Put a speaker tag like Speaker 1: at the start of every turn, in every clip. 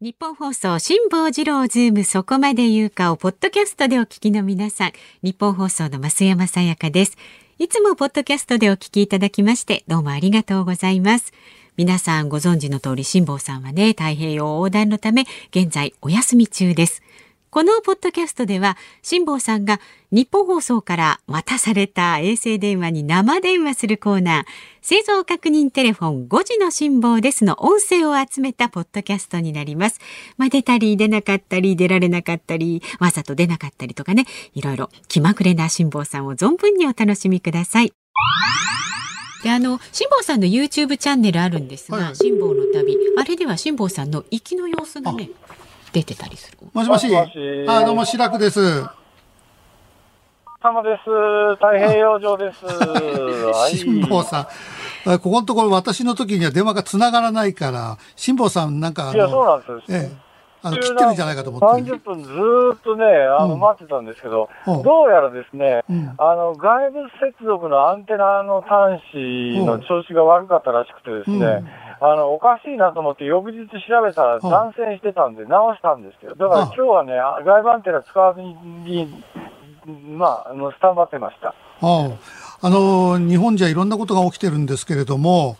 Speaker 1: 日本放送、辛坊治郎ズーム、そこまで言うかを、ポッドキャストでお聞きの皆さん、日本放送の増山さやかです。いつもポッドキャストでお聞きいただきまして、どうもありがとうございます。皆さんご存知の通り、辛坊さんはね、太平洋横断のため、現在お休み中です。このポッドキャストでは、辛坊さんが日本放送から渡された衛星電話に生電話するコーナー、製造確認テレフォン5時の辛坊ですの音声を集めたポッドキャストになります。まあ、出たり出なかったり出られなかったり、わざと出なかったりとかね、いろいろ気まぐれな辛坊さんを存分にお楽しみください。であの辛坊さんの YouTube チャンネルあるんですが、辛、は、坊、い、の旅、あれでは辛坊さんの行きの様子がね、出てたりする。
Speaker 2: もしもし。もしあ、どうも、白くです。
Speaker 3: たまです。太平洋上です。
Speaker 2: 辛坊さん。ここのところ私の時には電話が繋がらないから、辛坊さんなんか
Speaker 3: いや、そうなんです。
Speaker 2: ええ。あの、切ってるんじゃないかと思って
Speaker 3: 30分ずっとね、あの、うん、待ってたんですけど、うん、どうやらですね、うん、あの、外部接続のアンテナの端子の調子が悪かったらしくてですね、あの、おかしいなと思って翌日調べたら断線してたんで直したんですけど、だから今日はね、外部アンテナ使わずに、まあ、あの、スタンバってました。
Speaker 2: ああの、日本じゃいろんなことが起きてるんですけれども、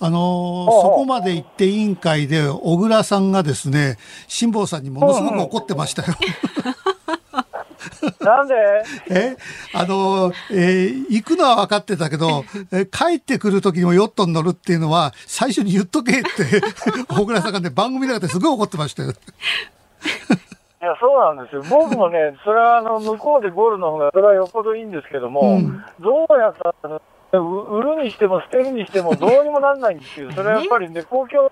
Speaker 2: あのそこまで行って委員会で、小倉さんがですね、辛坊さんにものすごく怒ってましたよ。
Speaker 3: なんで
Speaker 2: えあの、えー、行くのは分かってたけど、えー、帰ってくる時にもヨットに乗るっていうのは、最初に言っと けって、小倉さんがね、番組の中ですごい怒ってましたよ。
Speaker 3: いや、そうなんですよ。僕も ね、それはあの、向こうでゴールの方が、それはよほどいいんですけども、うん、どうやったら、売るにしても捨てるにしてもどうにもなんないんですけど、それはやっぱりね、公共が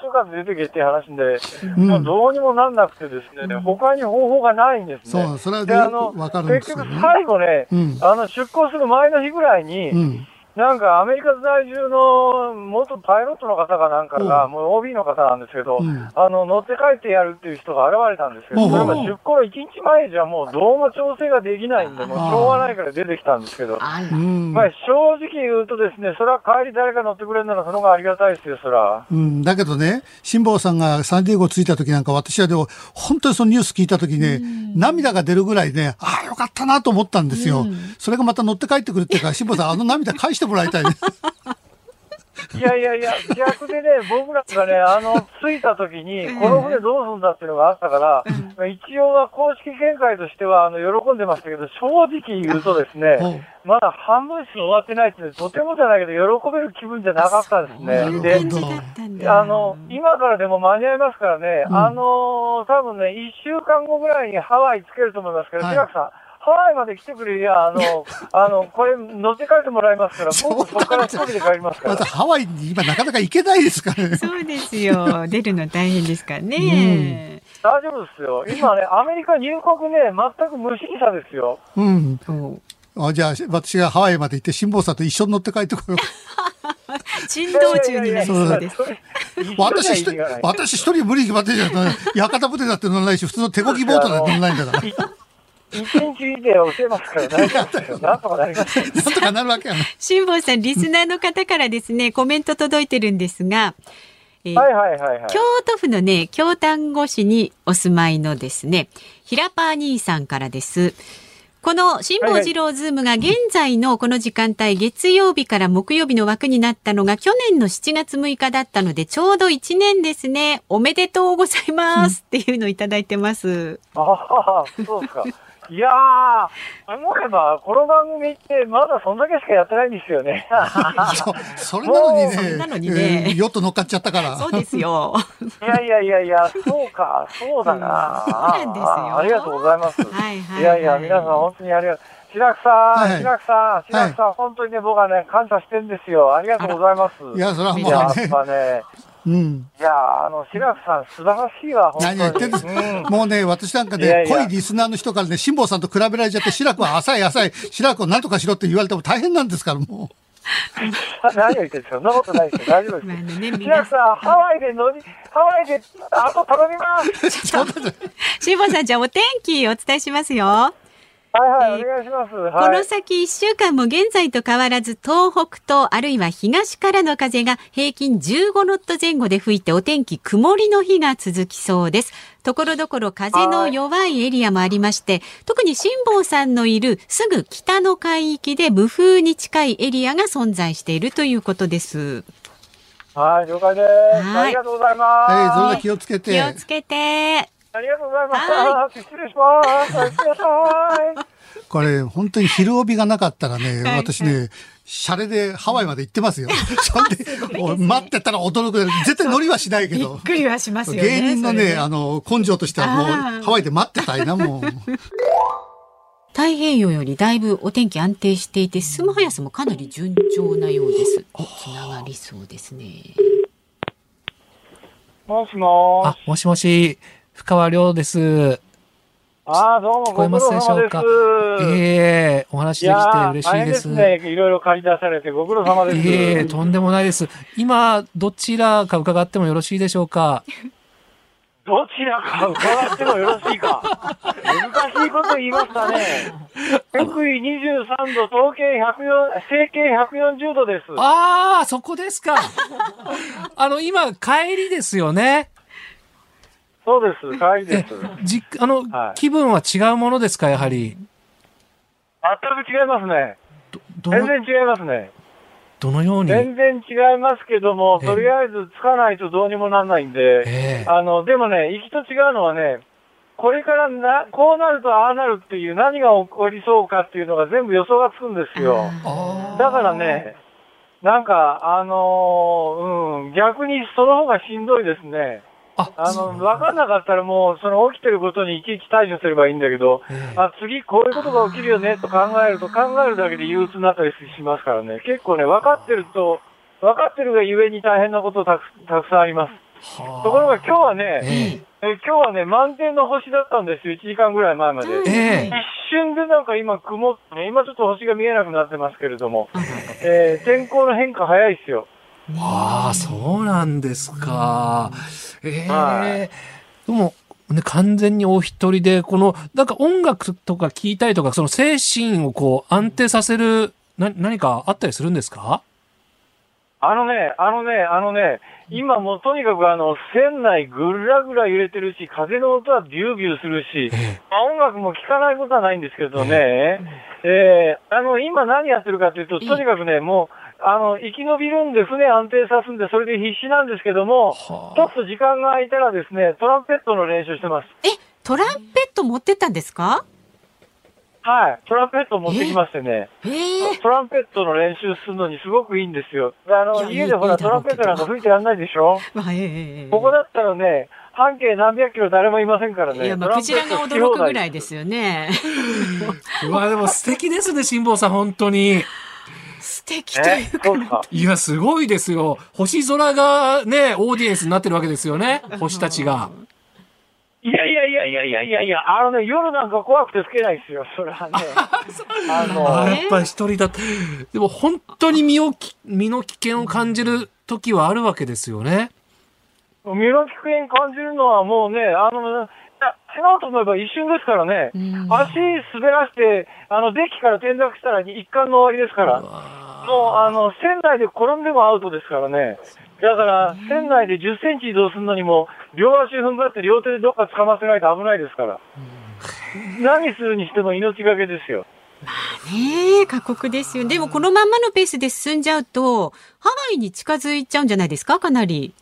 Speaker 3: 週間で出てけって話で、もうどうにもなんなくてですね、他に方法がないんです
Speaker 2: ね。そう、それはで、あの、
Speaker 3: 結局最後ね、あの、出航する前の日ぐらいに、なんかアメリカ在住の元パイロットの方かなんかが、もう OB の方なんですけど、あの、乗って帰ってやるっていう人が現れたんですけど、それが出航1日前じゃもうどうも調整ができないんで、もうしょうがないから出てきたんですけど、まあ正直言うとですね、それは帰り誰か乗ってくれるならその方がありがたいですよ、そら。
Speaker 2: うん、だけどね、辛坊さんがサンディエゴ着いた時なんか私はでも、本当にそのニュース聞いた時ね、涙が出るぐらいね、ああ、よかったなと思ったんですよ。それがまた乗って帰ってくるっていうか、辛坊さんあの涙返してもらいたい
Speaker 3: いやいやい や、逆でね、僕らがね、あの、着いた時に、この船どうするんだっていうのがあったから、一応は公式見解としては、あの、喜んでましたけど、正直言うとですね、まだ半分しか終わってないって、とてもじゃないけど、喜べる気分じゃなかったですね。で、あの、今からでも間に合いますからね、うん、あの、多分ね、1週間後ぐらいにハワイ着けると思いますけど、千、は、秋、い、さん、ハワイまで来てくれりゃ、あの、あの、これ乗って帰ってもらいますから、僕そこから一人で帰りますから。
Speaker 2: またハワイに今なかなか行けないですからね。
Speaker 1: そうですよ。出るの大変ですからね。
Speaker 3: うん、大丈夫ですよ。今ね、アメリカ入国ね、全く無審査ですよ。
Speaker 2: うん。あじゃあ、私がハワイまで行って、辛坊さんと一緒に乗って帰ってこ よう。
Speaker 1: 沈道中になりそうです。
Speaker 2: 私一人、私一人無理に決まってるじゃない。屋形船だって乗らないし、普通の手こぎボートだって乗らないんだから。
Speaker 3: 一日で教えますから大丈夫ですよ。なんとかなります。なんとかなるわけや
Speaker 1: 辛坊さん、リスナーの方からですね、コメント届いてるんですが、
Speaker 3: えー、はいはいはいはい。
Speaker 1: 京都府のね、京丹後市にお住まいのですね、平パー兄さんからです。この辛坊治郎ズームが現在のこの時間帯、月曜日から木曜日の枠になったのが去年の7月6日だったので、ちょうど1年ですね。おめでとうございますっていうのをいただいてます。
Speaker 3: ああ、そうですか。いやー、思えば、この番組ってまだそんだけしかやってないんです よね。
Speaker 2: そそれなのにね、そなのにね、えー、ヨット乗っかっちゃったから。
Speaker 1: そうです よ。
Speaker 3: いやいやいやいや、そうか、そうだな。
Speaker 1: そうなんですよ。
Speaker 3: ありがとうございます。はいはい、はい、いやいや、皆さん本当にありがとう。白くさん、白くさん、白くさん、本当にね、僕はね、感謝してんですよ。ありがとうございます。
Speaker 2: いや、それはもう、ね、
Speaker 3: やっぱね、うん、いやあの、白くさん、素晴らしいわ、
Speaker 2: 何言ってんです、うん、もうね、私なんかね、いやいや濃いリスナーの人からね、辛坊さんと比べられちゃって、白くは浅い浅い、白くをなんとかしろって言われても大変なんですから、も う。
Speaker 3: 何を言ってるんですかそんなことないですよ。大丈夫です。皆、まあね、さん、ハワイで乗り、ハワイで、あと頼みま す。
Speaker 1: 辛坊さん、じゃあお天気お伝えしますよ。
Speaker 3: はいはい、お願いします。
Speaker 1: こ
Speaker 3: は
Speaker 1: の
Speaker 3: い。
Speaker 1: 先1週間も現在と変わらず東北とあるいは東からの風が平均15ノット前後で吹いてお天気曇りの日が続きそうです。ところどころ風の弱いエリアもありまして、特に辛坊さんのいるすぐ北の海域で無風に近いエリアが存在しているということです。
Speaker 3: はい、了解です。
Speaker 1: はい
Speaker 3: ありがとうございま
Speaker 2: えー、
Speaker 3: す。
Speaker 2: どうぞ気をつけ
Speaker 1: 気
Speaker 2: て
Speaker 1: を。つけて。
Speaker 3: ありがとうござい
Speaker 1: は
Speaker 3: ます。失礼します。おやすみなさい。
Speaker 2: これ、本当に昼帯がなかったらね、
Speaker 1: はい
Speaker 2: 私ね、シャレでハワイまで行って ますよ。そんで、お待ってたら驚く。絶対乗りはしないけど。
Speaker 1: くりはしま
Speaker 2: 芸人のね、あ
Speaker 1: の
Speaker 2: の、根性としてはもう
Speaker 1: あー、
Speaker 2: ハワイで待ってたいな、もう。
Speaker 1: 太平洋よりだいぶお天気安定していて進む速さもかなり順調なようです。おつながりそうですね。
Speaker 3: もしも
Speaker 4: あ
Speaker 3: し。、
Speaker 4: もしもし、深川亮です。
Speaker 3: ああ、どうも
Speaker 4: 聞こ
Speaker 3: ご
Speaker 4: え
Speaker 3: 苦
Speaker 4: ま
Speaker 3: 労
Speaker 4: すでし
Speaker 3: 様
Speaker 4: ょ
Speaker 3: で
Speaker 4: うか
Speaker 3: す。
Speaker 4: ええお話
Speaker 3: い
Speaker 4: できて
Speaker 3: や
Speaker 4: 嬉
Speaker 3: ー、
Speaker 4: し
Speaker 3: 大
Speaker 4: い
Speaker 3: 変
Speaker 4: で。
Speaker 3: ですすね。いろいろ借り出されてご苦労様です。
Speaker 4: ええとんでもないです。今、どちらか伺ってもよろしいでしょうか。
Speaker 3: どちらか伺ってもよろしいか。難しいこと言いましたね。福井23度、統計104、整形140度です。
Speaker 4: ああ、そこで すか。あの、今、帰りですよね。
Speaker 3: そうです。帰りです。
Speaker 4: じあの、
Speaker 3: はい
Speaker 4: 気分は違うものですか、やは
Speaker 3: 全
Speaker 4: り。
Speaker 3: く違いますね。
Speaker 4: ど
Speaker 3: 全
Speaker 4: の、
Speaker 3: 然違いますね。
Speaker 4: どのように。
Speaker 3: 全然違いますけども、
Speaker 4: ええ
Speaker 3: とりあえずつかないとどうにもなんないんで、
Speaker 4: ええ
Speaker 3: あの、でもね、行きと違うのはね、これからな、こうなるとああなるっていう何が起こりそうかっていうのが全部予想がつくんですよ。
Speaker 4: あ
Speaker 3: だからね、なんか、あのーうん、逆にその方がしんどいですね。
Speaker 4: あ
Speaker 3: あ
Speaker 4: そう
Speaker 3: の、わかんなかったらもう、その起きてることにいちいち対処すればいいんだけど、
Speaker 4: ええ
Speaker 3: あ次こういうことが起きるよねと考えると、考えるだけで憂鬱になったりしますからね。結構ね、分かってると、分かってるがゆえに大変なことたくたくさんあります。
Speaker 4: はあ
Speaker 3: ところが今日はね、
Speaker 4: え
Speaker 3: え今日はね、満点の星だったんですよ。1時間ぐらい前まで。
Speaker 4: ええ
Speaker 3: 一瞬でなんか今曇ってね、今ちょっと星が見えなくなってますけれども、えー天候の変化早いですよ。
Speaker 4: ああ、そうなんですか。ええ
Speaker 3: は
Speaker 4: でも、ね、完全にお一人で、この、なんか音楽とか聞いたりとか、その精神をこう安定させる、な、何かあったりするんですか
Speaker 3: あのね、あのね、あのね、今もうとにかくあの、船内ぐらぐら揺れてるし、風の音はビュービューするし、
Speaker 4: え
Speaker 3: まあ音楽も聴かないことはないんですけどね、えーあの、今何やってるかというと、とにかくね、もう、あの、生き延びるんで、船安定さすんで、それで必死なんですけども、
Speaker 4: は
Speaker 3: ちょっと時間が空いたらですね、トランペットの練習してます。
Speaker 1: え、トランペット持ってったんですか？
Speaker 3: はい。トランペット持ってきましてね、
Speaker 1: ええ
Speaker 3: トランペットの練習するのにすごくいいんですよ。あの、
Speaker 1: いや
Speaker 3: 家でほ
Speaker 1: い
Speaker 3: ら、
Speaker 1: いだ
Speaker 3: ト
Speaker 1: ろ
Speaker 3: ラ
Speaker 1: う
Speaker 3: ン
Speaker 1: け
Speaker 3: ペ
Speaker 1: ど
Speaker 3: ットなんか吹いてやんないでしょ
Speaker 1: まあええええ
Speaker 3: ここだったらね、半径何百キロ誰もいませんからね。
Speaker 1: いやま
Speaker 3: ト
Speaker 1: あ
Speaker 3: ラ
Speaker 1: ク
Speaker 3: ン
Speaker 1: ジ
Speaker 3: ペッ
Speaker 1: ラ
Speaker 3: ト
Speaker 1: が
Speaker 3: 吹き
Speaker 1: 驚
Speaker 3: 放題
Speaker 1: くぐらいですよね。
Speaker 4: あ。うわ、でも素敵ですね、辛坊さん、本当に。
Speaker 1: 素敵とい
Speaker 3: え
Speaker 1: うか
Speaker 3: そうですか。
Speaker 4: いや、すごいですよ。星空がね、オーディエンスになってるわけですよね。星たちが。
Speaker 3: いやいやいやいやいやいやいや、あのね、夜なんか怖くてつけないですよ、それはね。 あ
Speaker 4: あ
Speaker 3: の、
Speaker 4: あ、やっぱり一人だって。でも本当に身をき、身の危険を感じる時はあるわけですよね。
Speaker 3: 身の危険感じるのはもうね、あの、いや死のうと思えば一瞬ですからね。
Speaker 1: うん
Speaker 3: 足滑らして、あの、デッキから転落したら一貫の終わりですから。もう、あの、船内で転んでもアウトですからね。だから、船内で10センチ移動するのにも、両足踏ん張って両手でどっか捕ませないと危ないですから。何するにしても命がけですよ。
Speaker 1: ねえ過酷ですよ。でもこのまんまのペースで進んじゃうとハワイに近づいちゃうんじゃないですか？かなり。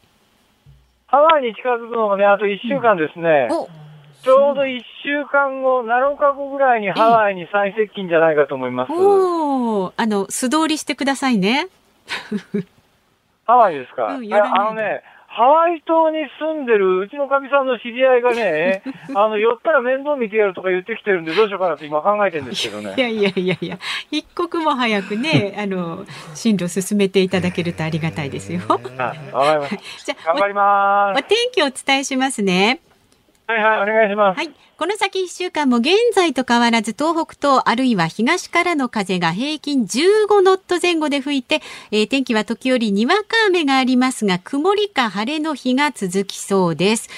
Speaker 3: ハワイに近づくのがね、あと1週間ですね。
Speaker 1: お、
Speaker 3: ちょうど1週間後、7日後ぐらいにハワイに最接近じゃないかと思います。
Speaker 1: おーあの素通りしてくださいね。
Speaker 3: ハワイですか、
Speaker 1: うん
Speaker 3: い
Speaker 1: やら
Speaker 3: や
Speaker 1: ない
Speaker 3: あのね、ハワイ島に住んでるうちのかみさんの知り合い がね、あの、寄ったら面倒見てやるとか言ってきてるんで、どうしようかなって今考えてるんですけど
Speaker 1: い
Speaker 3: ね。
Speaker 1: やいやいやいや、一刻も早くね、あの、進路進めていただけるとありがたいですよ。
Speaker 3: はいわかりまし
Speaker 1: じ
Speaker 3: た。
Speaker 1: ゃ
Speaker 3: 頑張
Speaker 1: あ、
Speaker 3: りま
Speaker 1: お
Speaker 3: ー
Speaker 1: お
Speaker 3: す。
Speaker 1: 天気をお伝えしますね。
Speaker 3: はいはい、お願いします。
Speaker 1: はい。この先1週間も現在と変わらず東北とあるいは東からの風が平均15ノット前後で吹いて、えー天気は時折にわか雨がありますが、曇りか晴れの日が続きそうです。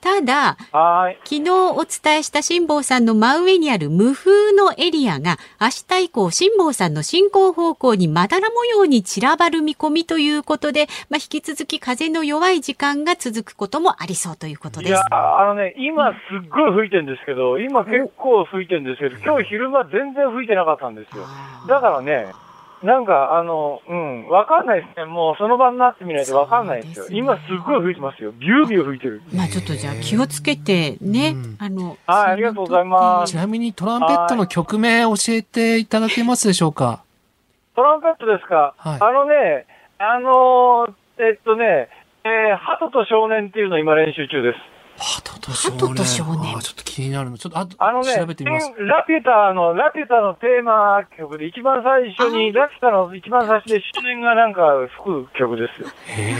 Speaker 1: ただ、
Speaker 3: はーい。
Speaker 1: 昨日お伝えした辛坊さんの真上にある無風のエリアが明日以降辛坊さんの進行方向にまだら模様に散らばる見込みということで、まあ、引き続き風の弱い時間が続くこともありそうということ
Speaker 3: い
Speaker 1: です
Speaker 3: や。あのね、今すっごい吹いてるんですけど、今結構吹いてるんですけど、今日昼間全然吹いてなかったんですよ。だからね、なんかあの、うん、わかんないですね。もうその場になってみないとわかんないですよ。
Speaker 1: そうですね
Speaker 3: 今すっごい吹いてますよ。ビュービュー吹いてる。
Speaker 1: まあちょっとじゃあ気をつけてね、
Speaker 4: うん
Speaker 1: あの。
Speaker 3: はいありがとうございま
Speaker 4: ちなみにトランペットの曲名教えていただけますでしょうか
Speaker 3: トランペットですか、
Speaker 4: はい
Speaker 3: あのね、あのーえっとね、えー、鳩と少年っていうのを今練習中です。
Speaker 4: 鳩と
Speaker 1: 少年鳩と少年
Speaker 4: あーちょっと気になるの。ちょっとあと
Speaker 3: あのね、
Speaker 4: 調べてみます。
Speaker 3: テンラピュタの、ラピュタのテーマ曲で、一番最初に、ラピュタの一番最初で少年がなんか吹く曲ですよ。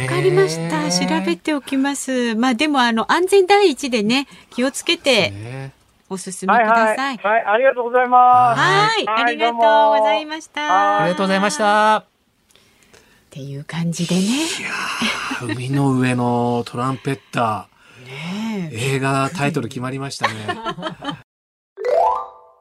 Speaker 1: わかりました。調べておきます。まあでもあの安全第一でね、気をつけて
Speaker 4: ね
Speaker 1: お進めく
Speaker 3: はい
Speaker 1: だ
Speaker 3: は
Speaker 1: さい。
Speaker 3: い。はい、ありがとうございます。
Speaker 1: はい、
Speaker 3: はい
Speaker 1: ありがとうございました。
Speaker 4: ありがとうございまし。た。
Speaker 1: っていう感じでね。
Speaker 4: 海の上のトランペッター。
Speaker 1: ね
Speaker 4: 映画タイトル決まりましたね。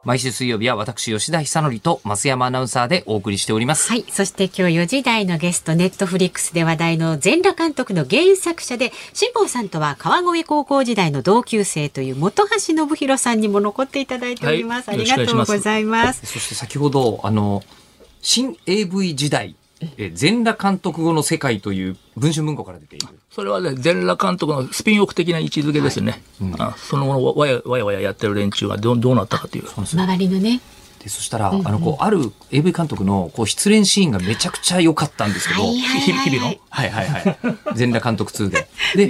Speaker 5: 毎週水曜日は私、吉田久典と増山アナウンサーでお送りしております。
Speaker 1: はい。そして今日4時台のゲスト、ネットフリックスで話題の全裸監督の原作者で、辛坊さんとは川越高校時代の同級生という本橋信弘さんにも残っていただいております。
Speaker 5: はい
Speaker 1: ありがとうございます。
Speaker 5: そして先ほど、あの、新 AV 時代、え全裸監督後の世界という文春文庫から出ている。
Speaker 6: それはね、全裸監督のスピンオフ的な位置づけですね。あその後のわやわやわややってる連中がどうどうなったかという。
Speaker 1: 周りのね、
Speaker 5: で、そしたら、あの、こう、ある AV 監督の、こう、失恋シーンがめちゃくちゃ良かったんですけど、
Speaker 1: はいはいはいはい
Speaker 5: 日々の。はいはいはい。全裸監督2で。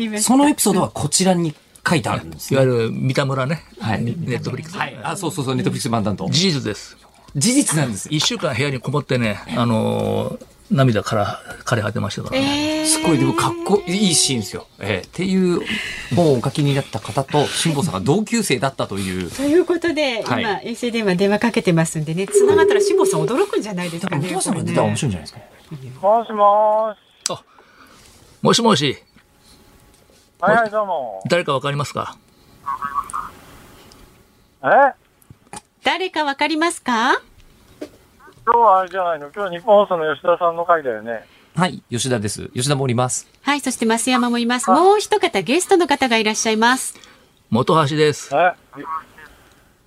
Speaker 5: で、そのエピソードはこちらに書いてあるんです
Speaker 6: い
Speaker 5: よ。
Speaker 6: わゆる三田村ね。
Speaker 5: はい。
Speaker 6: ネットフリックス。
Speaker 5: はい。あ、そうそうそう、ネットフリックス版担当。事
Speaker 6: 事実です。
Speaker 5: 実なんですよ。
Speaker 6: 一週間部屋にこもってね、あのー涙から枯れ果てましたからね。
Speaker 5: すごい、でもかっこいいシーンですよ。ええっていう本をお書きになった方と、辛坊さんが同級生だったという。
Speaker 1: ということで、
Speaker 5: はい
Speaker 1: 今、衛星電話電話かけてますんでね、繋がったら辛坊さん驚くんじゃないです
Speaker 5: 多
Speaker 1: か
Speaker 5: 分、お
Speaker 1: ね。
Speaker 5: 父さんが出
Speaker 1: これ
Speaker 5: たら
Speaker 1: ね
Speaker 5: 面白いんじゃないですかね。
Speaker 3: もしもーし。
Speaker 6: もしもし、
Speaker 3: はいはい、どうも。
Speaker 6: 誰かわかりますか
Speaker 3: え今
Speaker 1: 誰かわかりますか
Speaker 3: 日はあれじゃないの今日日本放送の吉田さんの回だよね。
Speaker 5: はい、吉田です。吉田もおります。
Speaker 1: はい、そして増山もいます。もう一方、ゲストの方がいらっしゃいます。
Speaker 6: 元橋です。
Speaker 3: え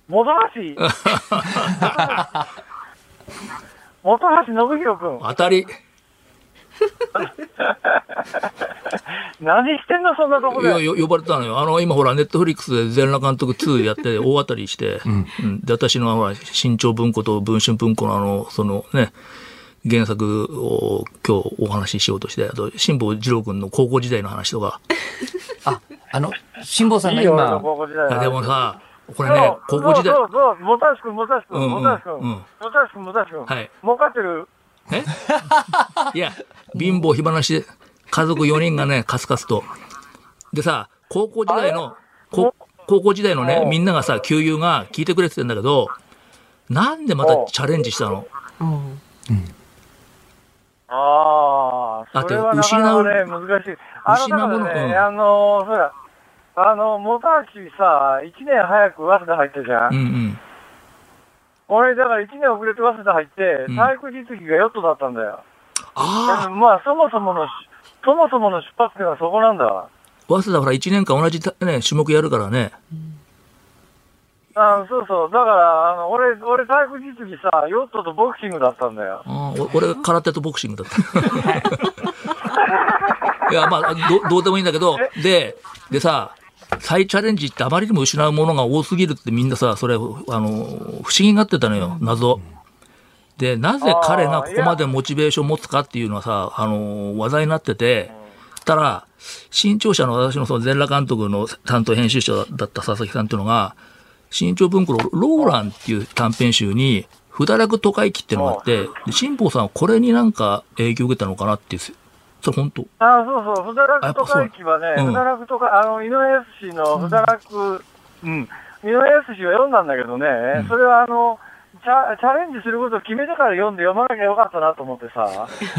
Speaker 3: 元橋元橋信弘君。
Speaker 6: 当たり。
Speaker 3: 何してんのそんなとこ
Speaker 6: いや、
Speaker 3: で。
Speaker 6: よ呼ばれたのよ。あの、今ほら、ネットフリックスで全裸監督2やって、 大当たりして、うんで、私の、ほら、新潮文庫と文春文庫のあの、そのね、原作を今日お話ししようとして、あと、辛坊二郎君の高校時代の話とか、
Speaker 5: あ、あの、辛坊さん
Speaker 3: い
Speaker 5: が
Speaker 3: いよ、俺
Speaker 5: 今
Speaker 3: の、高校時代
Speaker 6: い
Speaker 3: の
Speaker 6: や
Speaker 3: 話
Speaker 6: でもさ、これね、
Speaker 3: そう
Speaker 6: 高校時代、
Speaker 3: そうそうそう、もたしくん、もたしくん、
Speaker 6: うんうん
Speaker 3: もたしくん、
Speaker 6: うん
Speaker 3: もたしくん、もたしくん。
Speaker 6: はい
Speaker 3: 儲かってる。
Speaker 6: えいや、貧乏火話で、家族4人がね、カスカスと。でさ、高校時代の、こ高校時代のね、みんながさ、給油が聞いてくれてたんだけど、なんでまたチャレンジしたの
Speaker 1: うん
Speaker 3: ああ、それはなかなかね、難しい。あの、
Speaker 6: 失うもの
Speaker 3: だからね、
Speaker 6: うん
Speaker 3: あのー、そうだ、あの、もたしさ、1年早く早稲田入ったじゃ
Speaker 6: うん
Speaker 3: ん。
Speaker 6: うん。
Speaker 3: 俺、だから1年遅れて早稲田入って、
Speaker 6: うん
Speaker 3: 体育実技がヨットだったんだよ。
Speaker 6: ああ、
Speaker 3: まあ、そもそものし、そもそもの出発点はそこなんだわ。
Speaker 6: 早稲田ほら1年間同じたね、種目やるからね。
Speaker 3: あーそうそう。だから、あの、俺、俺体育実技さ、ヨットとボクシングだったんだよ。
Speaker 6: あーお俺、空手とボクシングだった。いや、まあど、どうでもいいんだけど、で、でさ、再チャレンジってあまりにも失うものが多すぎるってみんなさ、それ、あの、不思議がってたのよ、謎。で、なぜ彼がここまでモチベーションを持つかっていうのはさ、あの、話題になってて、たら、新潮社の私のその全裸監督の担当編集者だった佐々木さんっていうのが、新潮文庫のローランっていう短編集に、不堕落都会記っていうのがあって、で辛坊さんはこれになんか影響を受けたのかなっていう、それ本当。
Speaker 3: ああ、そうそう、ふだらくと会期はね、
Speaker 6: あやっぱそううん
Speaker 3: ふだらくとか、あの、井上康のふだらく、うん、井上康は読んだんだけどね、それはあの、チャチャレンジすることを決めてから読んで読まなきゃよかったなと思ってさ、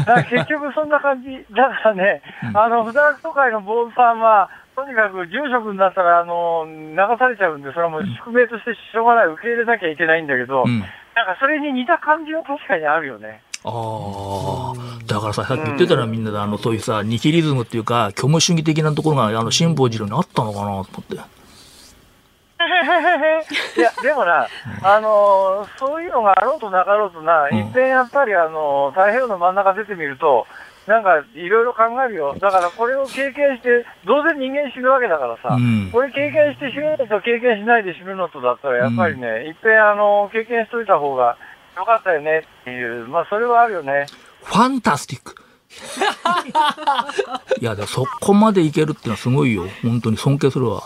Speaker 3: なんか結局そんな感じ、 だからね、あの、普段都会の坊さんは、とにかく住職になったら、あの、流されちゃうんで、それはもう宿命としてしょうがない、受け入れなきゃいけないんだけど、
Speaker 6: うん
Speaker 3: なんかそれに似た感じは確かにあるよね。
Speaker 6: ああ、だからさ、さっき言ってたらみんなで、あの、そういうさ、ニヒリズムっていうか、虚無主義的なところが、あの、辛抱汁にあったのかなと思って。
Speaker 3: いや、でもな、あのーそういうのがあろうとなかろうとな、
Speaker 6: うん
Speaker 3: いっぺんやっぱり、あのー太平洋の真ん中出てみると、なんかいろいろ考えるよ。だからこれを経験して、どうせ人間死ぬわけだからさ、
Speaker 6: うん
Speaker 3: これ経験して死ぬのと経験しないで死ぬのとだったら、やっぱりね、いっぺん、あのー経験しといた方がよかったよねっていう、まあそれはあるよね。
Speaker 6: ファンタス ティック。いや、でもそこまでいけるってのはすごいよ。本当に尊敬するわ。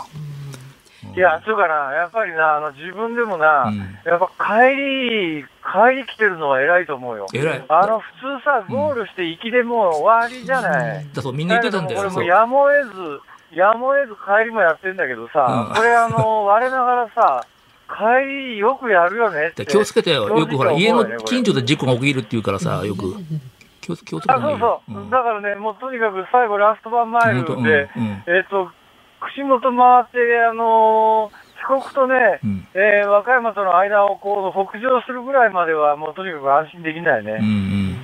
Speaker 3: いや、そうかな、やっぱりな、あの自分でもな、
Speaker 6: うん
Speaker 3: やっぱ帰り、帰り来てるのは偉いと思うよ。
Speaker 6: 偉い。
Speaker 3: あの、普通さ、ゴールして行きでもう終わりじゃない。
Speaker 6: だそう、みんな言ってたんだ
Speaker 3: これ
Speaker 6: よ。
Speaker 3: も
Speaker 6: そう
Speaker 3: うやむを得ず、やむを得ず帰りもやってんだけどさ、
Speaker 6: うん
Speaker 3: これあ の、我ながらさ、帰りよくやるよねって。
Speaker 6: で気をつけてよ。よくほら、家の近所
Speaker 3: で。
Speaker 6: で事故が起きるっていうからさ、よく。気をつ気をつけた
Speaker 3: あ、
Speaker 6: 方
Speaker 3: そ
Speaker 6: がいうい
Speaker 3: そ
Speaker 6: よ。
Speaker 3: う。
Speaker 6: ん
Speaker 3: だからね、もうとにかく最後ラストバンマイルで、
Speaker 6: 本当うんうん
Speaker 3: えっ、と、串本回って、あのー四国とね、
Speaker 6: うん
Speaker 3: えー和歌山との間をこう北上するぐらいまでは、もうとにかく安心できないね。
Speaker 6: うんうん。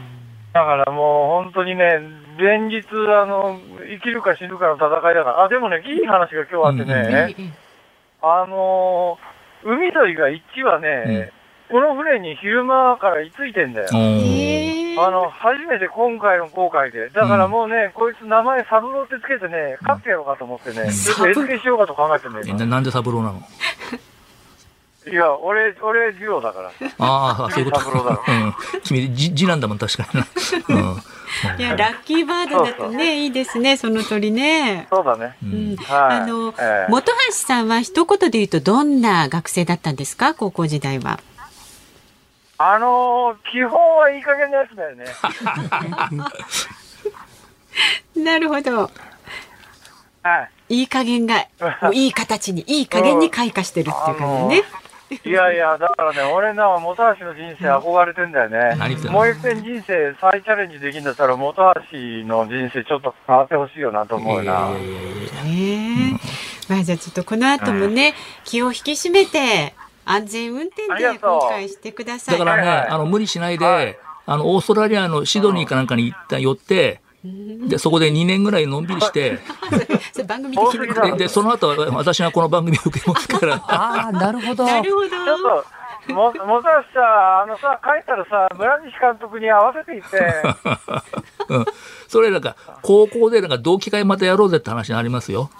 Speaker 3: だからもう本当にね、連日、あの、生きるか死ぬかの戦いだから、あ、でもね、いい話が今日あって
Speaker 6: うん
Speaker 1: え
Speaker 3: ね、
Speaker 1: え
Speaker 3: あのー海鳥が一匹はね、この船に昼間から居ついてんだよ。
Speaker 6: お
Speaker 1: え
Speaker 6: ー
Speaker 1: え
Speaker 3: あの、初めて今回の航海で。だからもうね、こいつ名前サブローってつけてね、飼ってやろうかと思ってね、ちょっと餌付けしようかと考えてんだよ
Speaker 6: えな
Speaker 3: 今。
Speaker 6: なんで三郎 なの
Speaker 3: いや、俺、俺、ジュオだから。
Speaker 6: ああ、そういうこと。
Speaker 3: 三郎だろ
Speaker 6: うん。君、じ次男だもん、確かに な。うん
Speaker 1: いやラッキーバードだと
Speaker 3: そう
Speaker 1: ねいいですねその鳥ね。
Speaker 3: そうだね。
Speaker 6: うん。
Speaker 3: はい。
Speaker 1: あの、
Speaker 3: ええ
Speaker 1: 本橋さんは一言で言うとどんな学生だったんですか高校時代は。
Speaker 3: あのー基本はいい加減なやつだよね。
Speaker 1: なるほど。
Speaker 3: はい。
Speaker 1: いい加減 が、もういい形に、いい加減に開花してるっていう感じね。
Speaker 3: いやいや、だからね、俺な、本橋の人生憧れてんだよね。
Speaker 6: 何言ってんの
Speaker 3: もう一遍人生再チャレンジできんだったら、本橋の人生ちょっと変わってほしいよなと思うな。
Speaker 1: ねえまあじゃあちょっとこの後もね、気を引き締めて、安全運転
Speaker 3: あり
Speaker 1: で
Speaker 3: がとう
Speaker 1: 今回してくださ
Speaker 6: だ
Speaker 1: い。
Speaker 6: からね、
Speaker 3: はいはい
Speaker 6: あの、無理しないで、
Speaker 3: はい
Speaker 6: あの、オーストラリアのシドニーかなんかに一旦寄って、で、そこで2年ぐらいのんびりして、
Speaker 1: それ番組で聞いてくれ
Speaker 6: で、でその後、私がこの番組を受けますから、
Speaker 4: ああ、なるほど。
Speaker 1: なるほ
Speaker 3: ちょっ
Speaker 1: ど。
Speaker 3: と、も本橋さ、あのさ、帰ったらさ、村西監督に合わせていって、
Speaker 6: うん。それなんか、高校でなんか同期会またやろうぜって話になりますよ。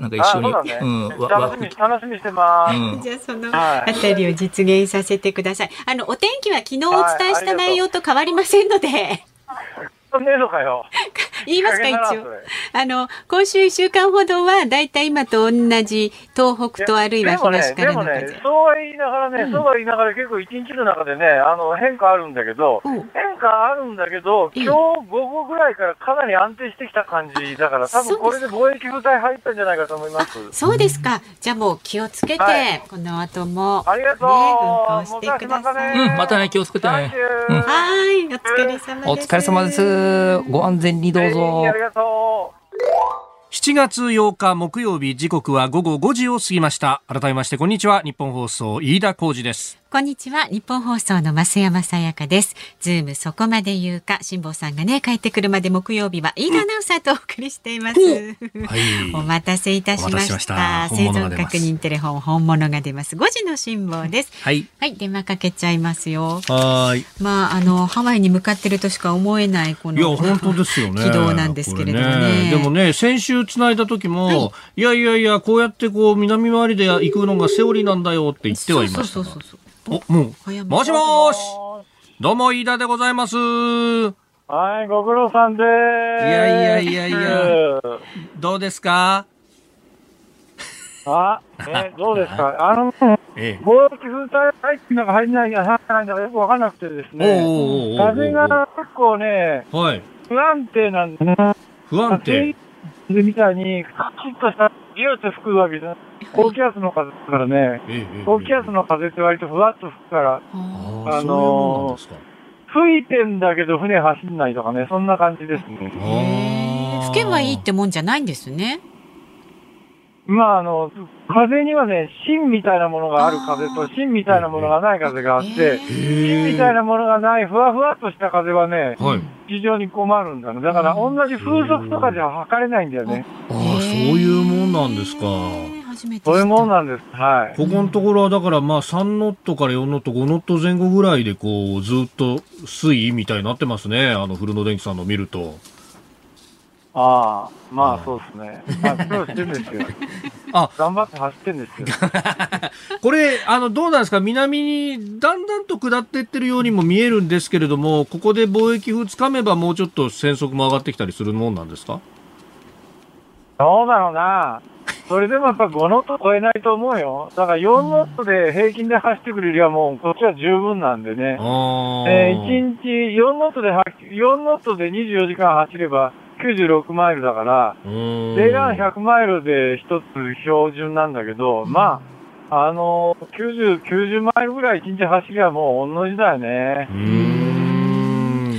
Speaker 6: なん か一
Speaker 3: あ、
Speaker 6: 緒
Speaker 3: そう
Speaker 6: に、
Speaker 3: だね。
Speaker 6: ん、わ、わ
Speaker 3: 楽し、み、楽しみにしてま
Speaker 6: う
Speaker 3: す。
Speaker 6: ん。
Speaker 1: じゃあその
Speaker 3: は
Speaker 1: あ
Speaker 3: い
Speaker 1: たりを実現させてください。あの、お天気は昨日お伝えした内容と変わりませんの で。
Speaker 3: そんねえのかよ。
Speaker 1: 言いますか、
Speaker 3: いい加
Speaker 1: 一
Speaker 3: 減だな
Speaker 1: 応
Speaker 3: それ。
Speaker 1: あの、今週一週間ほどは、だいたい今と同じ、東北とあるいは
Speaker 3: でもね、
Speaker 1: 東か
Speaker 3: で
Speaker 1: らの
Speaker 3: も
Speaker 1: 風。
Speaker 3: ね、そうは言いながらね、そうは言いながら結構一日の中でね、あの、変化あるんだけど、
Speaker 1: うん
Speaker 3: 変化あるんだけど、
Speaker 1: ええ
Speaker 3: 今日午後ぐらいからかなり安定してきた感じだから、多分これで貿易部隊入ったんじゃないかと思い ます。
Speaker 1: そうですか。じゃあもう気をつけて、
Speaker 3: は
Speaker 1: この後も、
Speaker 3: ありがとう
Speaker 1: ね、運動してください。
Speaker 6: う
Speaker 1: は
Speaker 3: も
Speaker 6: ん、またね、気をつけて
Speaker 3: サン
Speaker 6: ね
Speaker 3: キ。ュー
Speaker 1: ーい、お疲れ様です。
Speaker 7: お疲れ様です。ご安全にどうぞ
Speaker 3: あ。りがとう。
Speaker 7: 7月8日木曜日時刻は午後5時を過ぎました。改めましてこんにちは。日本放送飯田浩二です。
Speaker 1: こんにちは。日本放送の増山さやかです。ズームそこまで言うか、辛坊さんがね、帰ってくるまで木曜日は、飯田アナウンサーとお送りしています。 お待たせいたしました。生存確認テレフォン本物が出ます。5時の辛坊です。
Speaker 7: はい。
Speaker 1: はい、電話かけちゃいますよ。
Speaker 7: はーい。
Speaker 1: まあ、あの、ハワイに向かってるとしか思えない、この。
Speaker 7: いや、本当ですよね。
Speaker 1: 軌道なんですけれどもね
Speaker 7: こでもね、先週つないだ時も、い、やいやいや、こうやってこう、南回りで行くのがセオリーなんだよって言ってはいました
Speaker 1: そうそ
Speaker 7: が
Speaker 1: う。そうそう。
Speaker 7: お、も
Speaker 1: 早
Speaker 7: う、
Speaker 1: め
Speaker 7: もしもーしどうも、飯田でございます。
Speaker 3: はい、ご苦労さんでーす。い
Speaker 7: やいやいやいや。どうですか
Speaker 3: あ、え、どうですか あの、
Speaker 7: え
Speaker 3: 貿易風体入ってんのか入んないか入らないのかよくわかんなくてです
Speaker 7: え。おう
Speaker 3: ね。
Speaker 7: おうおうおうおう
Speaker 3: 風が結構ね、
Speaker 7: はい。
Speaker 3: 不安定なんで、
Speaker 7: 不安定。
Speaker 3: みたいに、カチッとしたビューって吹くわけじゃない。高気圧の風だからね、高気圧の風って割とふわっと吹くから、
Speaker 1: あ
Speaker 3: あのー吹いてんだけど船走んないとかね、そんな感じですね。
Speaker 1: ーへー吹けばいいってもんじゃないんですね。
Speaker 3: まあ、あの、風にはね、芯みたいなものがある風と、芯みたいなものがない風があっ
Speaker 1: え
Speaker 3: て、
Speaker 1: ー
Speaker 3: 芯みたいなものがないふわふわっとした風はね、
Speaker 8: はい。
Speaker 3: 非常に困るんだね。だから、同じ風速とかじゃ測れないんだよね。
Speaker 1: あ
Speaker 4: ああ、そういうもんなんですか。
Speaker 1: 初めて知った
Speaker 3: そういうもんなんです。はい。
Speaker 4: ここのところはだからまあ3ノットから4ノット5ノット前後ぐらいでこうずっと水位みたいになってますねあの古野電機さんの見ると
Speaker 3: ああ、まあ、そうですね。まあ、そうしてるんですよ。
Speaker 4: あ
Speaker 3: 頑張って走ってんですよ。
Speaker 4: これあのどうなんですか南にだんだんと下っていってるようにも見えるんですけれどもここで貿易風つかめばもうちょっと船速も上がってきたりするもんなんですか
Speaker 3: どうだろうな。それでもやっぱ5ノット超えないと思うよ。だから4ノットで平均で走ってくれるよりはもうこっちは十分なんでね。
Speaker 4: ああ、
Speaker 3: えー、1日4ノットでは、4ノットで24時間走れば96マイルだから、
Speaker 4: うーん
Speaker 3: レーラン100マイルで一つ標準なんだけど、まあ、あのー90、90マイルぐらい1日走りゃもう同じだよね
Speaker 4: う。ーん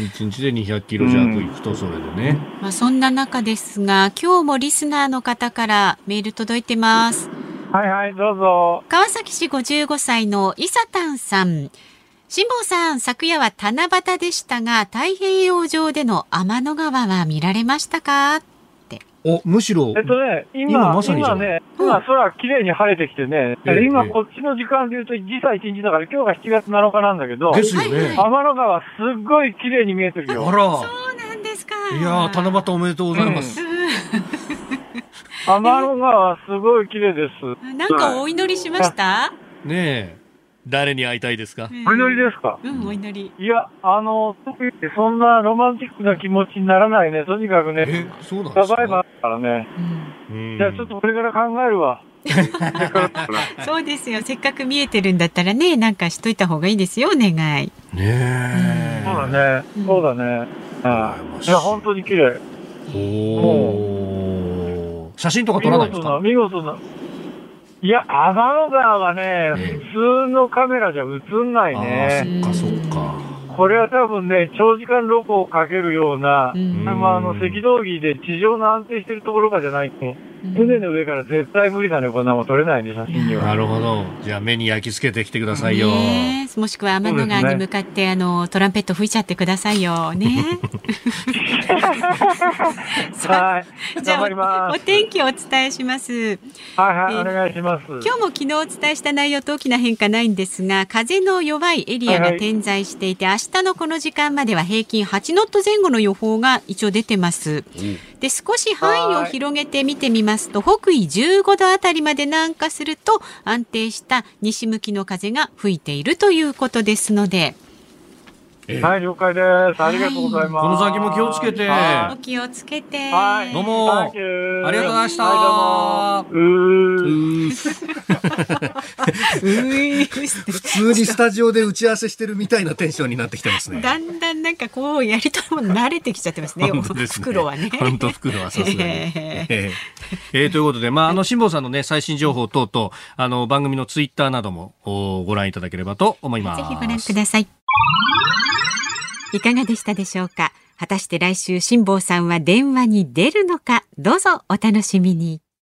Speaker 4: 1日で200キロ弱いくとそれでね、
Speaker 1: まあ、そんな中ですが、今日もリスナーの方からメール届いてます。
Speaker 3: はいはい、どうぞ。
Speaker 1: 川崎市55歳のイサタンさん。辛坊さん、昨夜は七夕でしたが、太平洋上での天の川は見られましたか
Speaker 4: おむしろ
Speaker 3: えっとね、今、
Speaker 4: 今
Speaker 3: 今
Speaker 4: まさにじゃん
Speaker 3: ね、
Speaker 1: うん
Speaker 3: 今空綺麗に晴れてきてね、
Speaker 4: ええ
Speaker 3: 今
Speaker 4: ええ
Speaker 3: こっちの時間で言うと時差1日だから今日が7月7日なんだけど、
Speaker 4: ですよね、
Speaker 1: はいはい
Speaker 3: 天の川すっごい綺麗に見えてる
Speaker 4: あ
Speaker 3: よ。
Speaker 4: ら
Speaker 1: そうなんですか。
Speaker 4: いやー、七夕おめでとうございます。
Speaker 3: 天の川すごい綺麗です。
Speaker 1: なんかお祈りしました、
Speaker 4: ねえ。誰に会いたいですか
Speaker 3: お祈りですか
Speaker 1: うん、お祈り。
Speaker 3: いや、あの、特にそんなロマンチックな気持ちにならないね。とにかくね、
Speaker 4: え、そうなんです
Speaker 3: サ
Speaker 4: か
Speaker 3: バイバーだからね。
Speaker 4: うん
Speaker 3: じゃあちょっとこれから考えるわ。
Speaker 1: そうですよ。せっかく見えてるんだったらね、なんかしといた方がいいですよ、お願い。
Speaker 4: ねえ。
Speaker 3: そうだね。そうだね。うんいや、本当に綺麗。
Speaker 4: おー写真とか撮らないんですか
Speaker 3: 見事な、見事な。いや、アナロガーはね、普通のカメラじゃ映んないね。
Speaker 4: ああ、そっかそっか。
Speaker 3: これは多分ね、長時間ロコをかけるような、
Speaker 1: うん
Speaker 3: これもあの、赤道儀で地上の安定してるところかじゃないと、船の上から絶対無理だね、こんなもん撮れないね、写 真には。
Speaker 4: なるほど。じゃあ目に焼き付けてきてくださいよ。
Speaker 1: ねえもしくは天の川に向かって、あのトランペット吹いちゃってくださいよね。 さ
Speaker 3: はい。
Speaker 1: じゃ
Speaker 3: 頑
Speaker 1: あ
Speaker 3: 張りま
Speaker 1: お
Speaker 3: す。
Speaker 1: 天気をお伝えします。
Speaker 3: はい
Speaker 1: え
Speaker 3: は
Speaker 1: ー
Speaker 3: い、お願いします。
Speaker 1: 今日も昨日お伝えした内容と大きな変化ないんですが、風の弱いエリアが点在していて、明日のこの時間までは平均8ノット前後の予報が一応出てます。で、少し範囲を広げて見てみますと、北緯15度あたりまで南下すると、安定した西向きの風が吹いているということですので、
Speaker 3: はい、了解です。ありがとうございます。
Speaker 4: この先も気をつけて。
Speaker 1: お気をつけて。
Speaker 3: はい。
Speaker 4: どうも
Speaker 3: Thank you
Speaker 4: ありがとうございました
Speaker 3: はい、どうも。うー。
Speaker 4: 普通にスタジオで打ち合わせしてるみたいなテンションになってきてますね。
Speaker 1: だんだんなんかこうやりとりも慣れてきちゃってますね。袋はね。
Speaker 4: 本当袋はさすがに。
Speaker 1: え
Speaker 4: えええーということで、まあ、あの、辛坊さんのね、最新情報等々、あの、番組のツイッターなども、おご覧いただければと思います。
Speaker 1: ぜひご覧ください。
Speaker 9: いかがでしたでしょうか果たして来週辛坊さんは電話に出るのかどうぞお楽しみに